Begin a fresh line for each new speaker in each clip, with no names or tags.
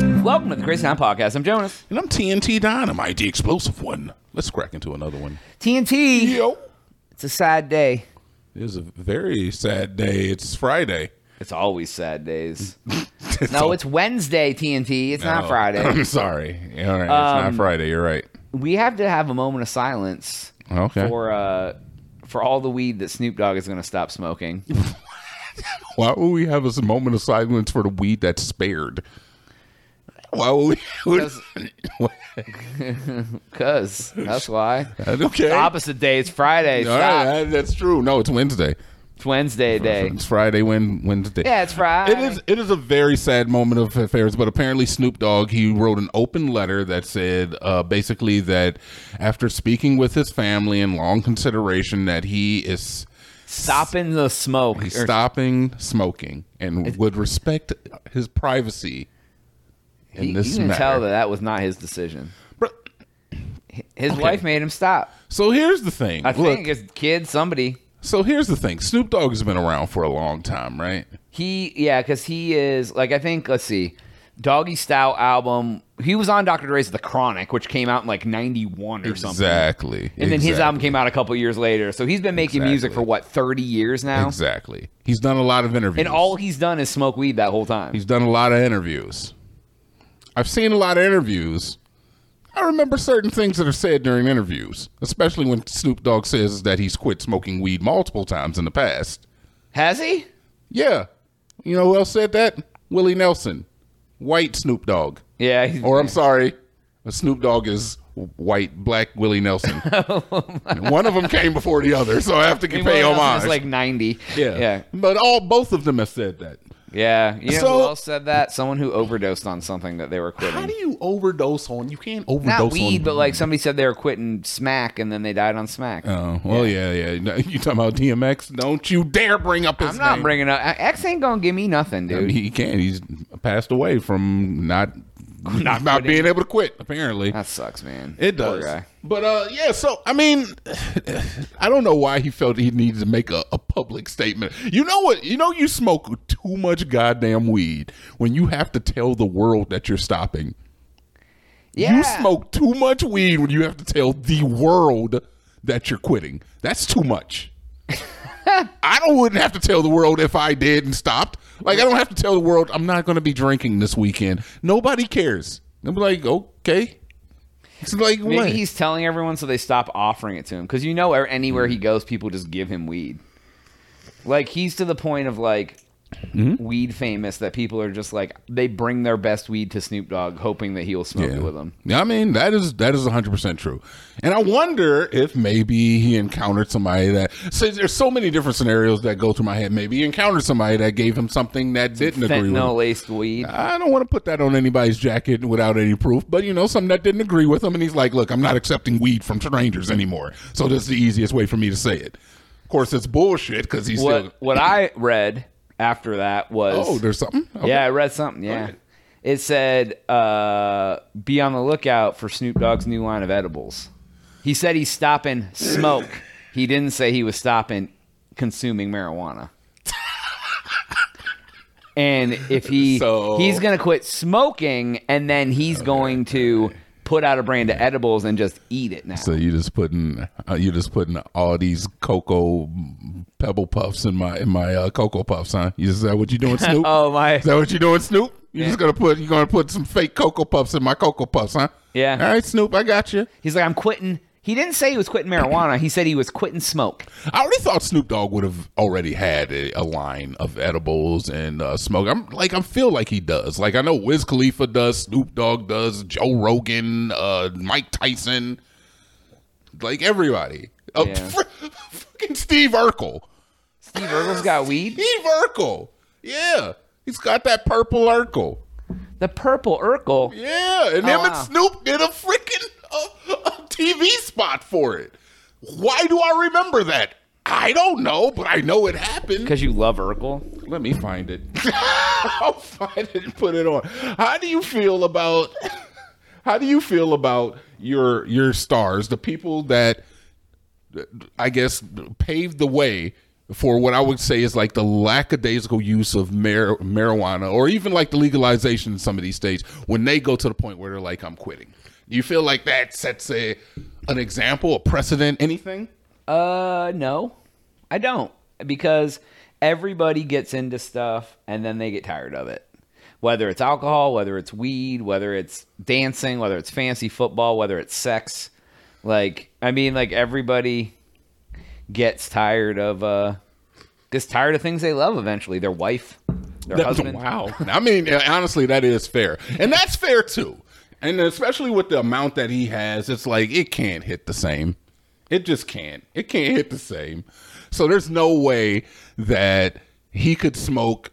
the Crazy Town Podcast. I'm Jonas.
And I'm TNT Dynamite, the explosive one. Let's crack into another one.
TNT.
Yo.
It's a sad day.
It was a very sad day. It's Friday.
It's always sad days.
It's
No,
a-
it's Wednesday, TNT. It's not
Oh.
Friday. Um,
I'm sorry. All right. it's not Friday. You're right.
We have to have a moment of silence
Okay.
for uh, for all the weed that Snoop Dogg is going to stop smoking.
Why would we have a moment of silence for the weed that's spared? Why would we?
Cause that's why.
okay.
Opposite day. It's Friday.
All
Stop.
right, that's true. No, it's Wednesday.
It's Wednesday day.
It's Friday, Wed- Wednesday.
Yeah, it's Friday.
It is it is a very sad moment of affairs, but apparently Snoop Dogg he wrote an open letter that said uh, basically that after speaking with his family and long consideration that he is
Stopping the smoke.
he's
Or-
stopping smoking and would respect his privacy in
He-
this
you can
matter.
tell that that was not his decision.
Bro,
His wife made him stop.
so here's the thing.
I
Look,
think his kid, somebody.
so here's the thing. Snoop Dogg has been around for a long time, right?
He, yeah, because he is like I think. Let's see, Doggy Style album. He was on Dr. Dre's The Chronic, which came out in like '91 or something.
Exactly.
And then his album came out a couple years later. So he's been making music for
Exactly.
what 30 years now,
Exactly. He's done a lot of interviews.
and all he's done is smoke weed that whole time.
He's done a lot of interviews. I've seen a lot of interviews. I remember certain things that are said during interviews, especially when Snoop Dogg says that he's quit smoking weed multiple times in the past.
Has he?
Yeah. You know who else said that? Willie Nelson. White Snoop Dogg.
Yeah. he's-
Or I'm sorry, Snoop Dogg is white, black Willie Nelson.
Oh,
One of them came before the other, so I have to
Willie
pay
Nelson is,
homage.
like 90. Yeah.
But all both of them have said that.
Yeah. You know who
So-
else said that? Someone who overdosed on something that they were quitting.
How do you overdose on? You can't overdose
Not
on
weed, but like somebody said they were quitting smack and then they died on smack.
Oh well, yeah, yeah. No, You talking about DMX? Don't you dare bring up his
I'm not
name.
bringing up X ain't gonna give me nothing,
I
dude.
mean, he can't. He's passed away from not not, not being able to quit. Apparently,
that sucks, man.
it
Poor
does.
guy.
But uh, yeah. So I mean, I don't know why he felt he needed to make a, a public statement. You know what? You know you smoke too much goddamn weed when you have to tell the world that you're stopping.
Yeah.
You smoke too much weed when you have to tell the world that you're quitting. That's too much. I don't wouldn't have to tell the world if I did and stopped. Like I don't have to tell the world I'm not going to be drinking this weekend. Nobody cares. I'm like, okay. It's like
Maybe
what?
he's telling everyone so they stop offering it to him because you know where- anywhere
Mm-hmm.
he goes, people just give him weed. Like he's to the point of like
Mm-hmm.
weed famous that people are just like they bring their best weed to Snoop Dogg, hoping that he'll smoke
Yeah.
it with them.
Yeah, I mean that is that is 100 percent true, and I wonder if maybe he encountered somebody that. So there's so many different scenarios that go through my head. Maybe he encountered somebody that gave him something that didn't agree with. him.
Fentanyl laced weed.
I don't want to put that on anybody's jacket without any proof, but you know, something that didn't agree with him, and he's like, "Look, I'm not accepting weed from strangers anymore." So this is the easiest way for me to say it. Of course, it's bullshit because he's
what
still.
what I read after that was
Oh, there's something. Okay.
Yeah, I read something. Yeah. It said, uh, be on the lookout for Snoop Dogg's new line of edibles. He said he's stopping smoke. he didn't say he was stopping consuming marijuana. and if he
So-
he's gonna quit smoking and then he's going to put out a brand of edibles and just eat it now.
So you just putting uh, you just putting all these cocoa pebble puffs in my in my uh, cocoa puffs, huh? You- Is that what you doing, Snoop?
oh my
Is that what you doing, Snoop? You just gonna put you gonna put some fake cocoa puffs in my cocoa puffs, huh?
Yeah.
All right, Snoop, I got you.
he's like, I'm quitting he didn't say he was quitting marijuana, he said he was quitting smoke.
I already thought Snoop Dogg would have already had a, a line of edibles and uh, smoke. I'm like, I feel like he does. Like, I know Wiz Khalifa does, Snoop Dogg does, Joe Rogan, uh, Mike Tyson, like everybody. Uh,
Yeah.
fucking Steve Urkel.
Steve Urkel's got weed?
Steve Urkel. Yeah, he's got that purple Urkel.
The purple Urkel.
Yeah, and him
wow.
and Snoop did a freaking uh, a TV spot for it. Why do I remember that? I don't know, but I know it happened.
Because you love Urkel.
Let me find it. I'll find it and put it on. How do you feel about how do you feel about your your stars, the people that I guess paved the way for what I would say is like the lackadaisical use of mar- marijuana or even like the legalization in some of these states when they go to the point where they're like, I'm quitting. You feel like that sets a an example, a precedent, anything?
Uh, no, I don't because everybody gets into stuff and then they get tired of it. Whether it's alcohol, whether it's weed, whether it's dancing, whether it's fancy football, whether it's sex, like I mean, like everybody gets tired of uh, gets tired of things they love. Eventually, their wife, their
That-
husband.
Wow. I mean, uh, honestly, that is fair. And that's fair too. And especially with the amount that he has, it's like it can't hit the same. It just can't. It can't hit the same. So there's no way that he could smoke.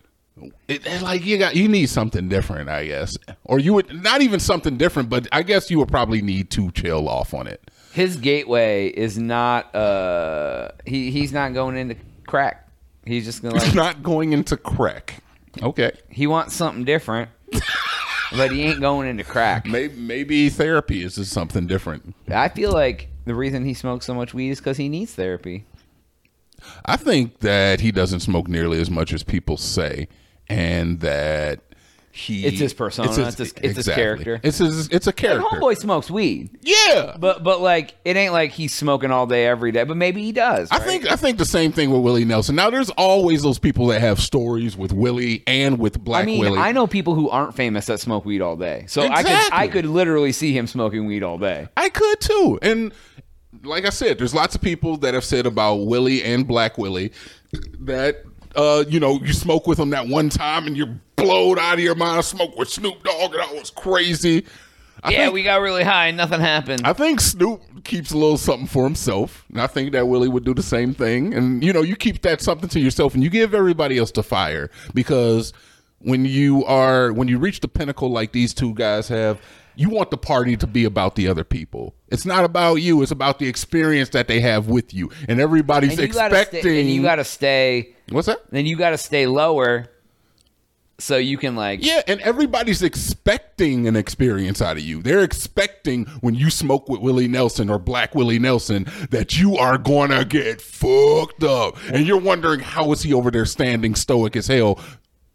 It, it's like you got, you need something different, I guess, or you would not even something different, but I guess you would probably need to chill off on it.
His gateway is not. Uh, he he's not going into crack. He's just gonna like
It's not going into crack. Okay,
He wants something different, but he ain't going into crack.
maybe maybe therapy is just something different.
I feel like the reason he smokes so much weed is because he needs therapy.
I think that he doesn't smoke nearly as much as people say, and that he
It's his persona, it's his- it's his character.
It's his, it's a
Like,
character.
homeboy smokes weed,
yeah,
but but like it ain't like he's smoking all day every day. But maybe he does.
I
right?
think I think the same thing with Willie Nelson. Now, there's always those people that have stories with Willie and with Black
I mean,
Willie.
I know people who aren't famous that smoke weed all day. So I could I
Exactly.
could literally see him smoking weed all day.
I could too. And like I said, there's lots of people that have said about Willie and Black Willie that uh, you know, you smoke with them that one time and you're blown out of your mind. I smoked with Snoop Dogg and I was crazy. I
yeah,
think,
we got really high and nothing happened.
I think Snoop keeps a little something for himself. And I think that Willie would do the same thing. And you know, you keep that something to yourself and you give everybody else the fire because when you are when you reach the pinnacle like these two guys have, you want the party to be about the other people. It's not about you, it's about the experience that they have with you. And everybody's
and you gotta
expecting
stay, and you gotta stay
What's that?
then you gotta stay lower so you can like
Yeah, and everybody's expecting an experience out of you. They're expecting when you smoke with Willie Nelson or Black Willie Nelson that you are gonna get fucked up, and you're wondering how is he over there standing stoic as hell.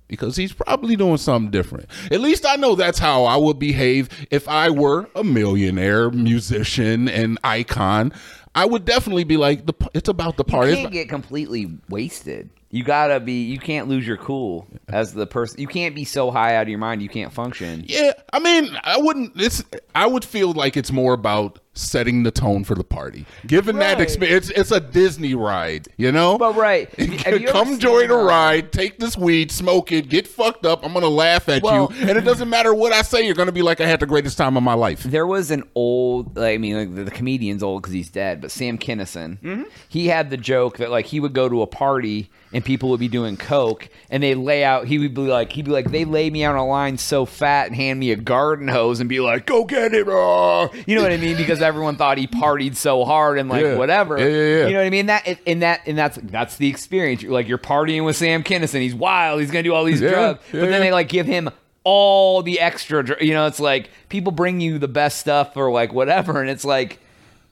Because he's probably doing something different. At least I know that's how I would behave if I were a millionaire, musician, and icon. I would definitely be like, the, p- it's about the party.
you
It's
can't get completely wasted. You gotta be. You can't lose your cool as the person. You can't be so high out of your mind you can't function.
Yeah, I mean, I wouldn't. It's I would feel like it's more about setting the tone for the party. Given that
Right.
experience, it's, it's a Disney ride, you know.
But right, have you ever
come
seen,
join the
uh,
ride, take this weed, smoke it, get fucked up. I'm gonna laugh at
Well-
you, and it doesn't matter what I say. You're gonna be like, I had the greatest time of my life.
There was an old. Like, I mean, like the, the comedian's old because he's dead. But Sam Kinison,
Mm-hmm.
he had the joke that like he would go to a party and people would be doing coke, and they lay out. He would be like, he'd be like, they lay me out on a line so fat and hand me a garden hose and be like, go get it, ah." you know what I mean? Because everyone thought he partied so hard and like
Yeah.
whatever.
Yeah, yeah, yeah.
You know what I mean? That and that and that's that's the experience. You're like you're partying with Sam Kinison. He's wild. He's gonna do all these
Yeah,
drugs,
yeah,
but then
yeah.
they like give him all the extra. dr- You know, it's like people bring you the best stuff or like whatever, and it's like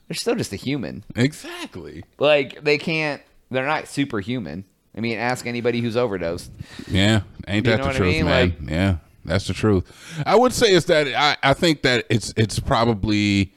they're still just a human.
Exactly.
Like they can't. They're not superhuman. I mean, ask anybody who's overdosed.
Yeah, ain't that
know
the
what I
truth,
mean?
man? yeah, that's the truth. I would say is that I, I think that it's it's probably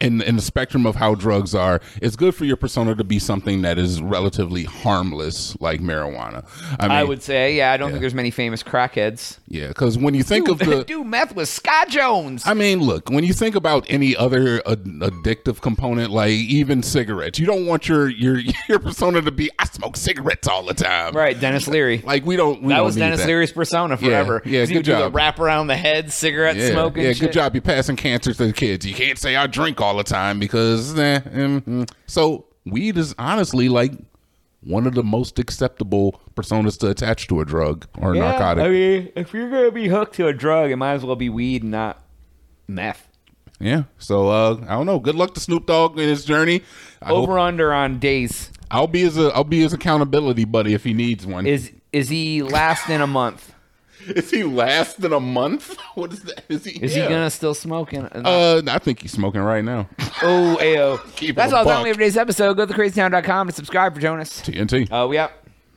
in in the spectrum of how drugs are. It's good for your persona to be something that is relatively harmless, like marijuana. I mean,
I would say, yeah, I don't
Yeah.
think there's many famous crackheads.
yeah, because when you think of the
do meth with Scott Jones.
I mean, look, when you think about any other ad- addictive component, like even cigarettes, you don't want your your your persona to be I smoke cigarettes all the time.
right, Dennis Leary.
Like we don't we
That
don't
was
need
Dennis
that.
Leary's persona forever.
yeah,
'Cause he would
good
do The
job.
wrap around the head, cigarette
Yeah,
smoking.
Yeah,
shit.
good job. You're passing cancer to the kids. You can't say I drink all the time because eh, mm, mm. so weed is honestly like one of the most acceptable personas to attach to a drug or a
Yeah,
narcotic.
I mean, if you're gonna be hooked to a drug, it might as well be weed and not meth.
yeah. So uh, I don't know. Good luck to Snoop Dogg in his journey. I
Over
hope,
under on days
I'll be his uh, I'll be his accountability buddy if he needs one.
is is he last in a month?
Is he last in a month? What is that? Is he?
Is
yeah.
he gonna still smoke? In, in-
Uh, I think he's smoking right now.
oh, ayo.
Keep it
That's
a
all the time
buck.
we have for today's episode. Go to thecrazytown.com to subscribe for Jonas.
TNT.
Uh, we out.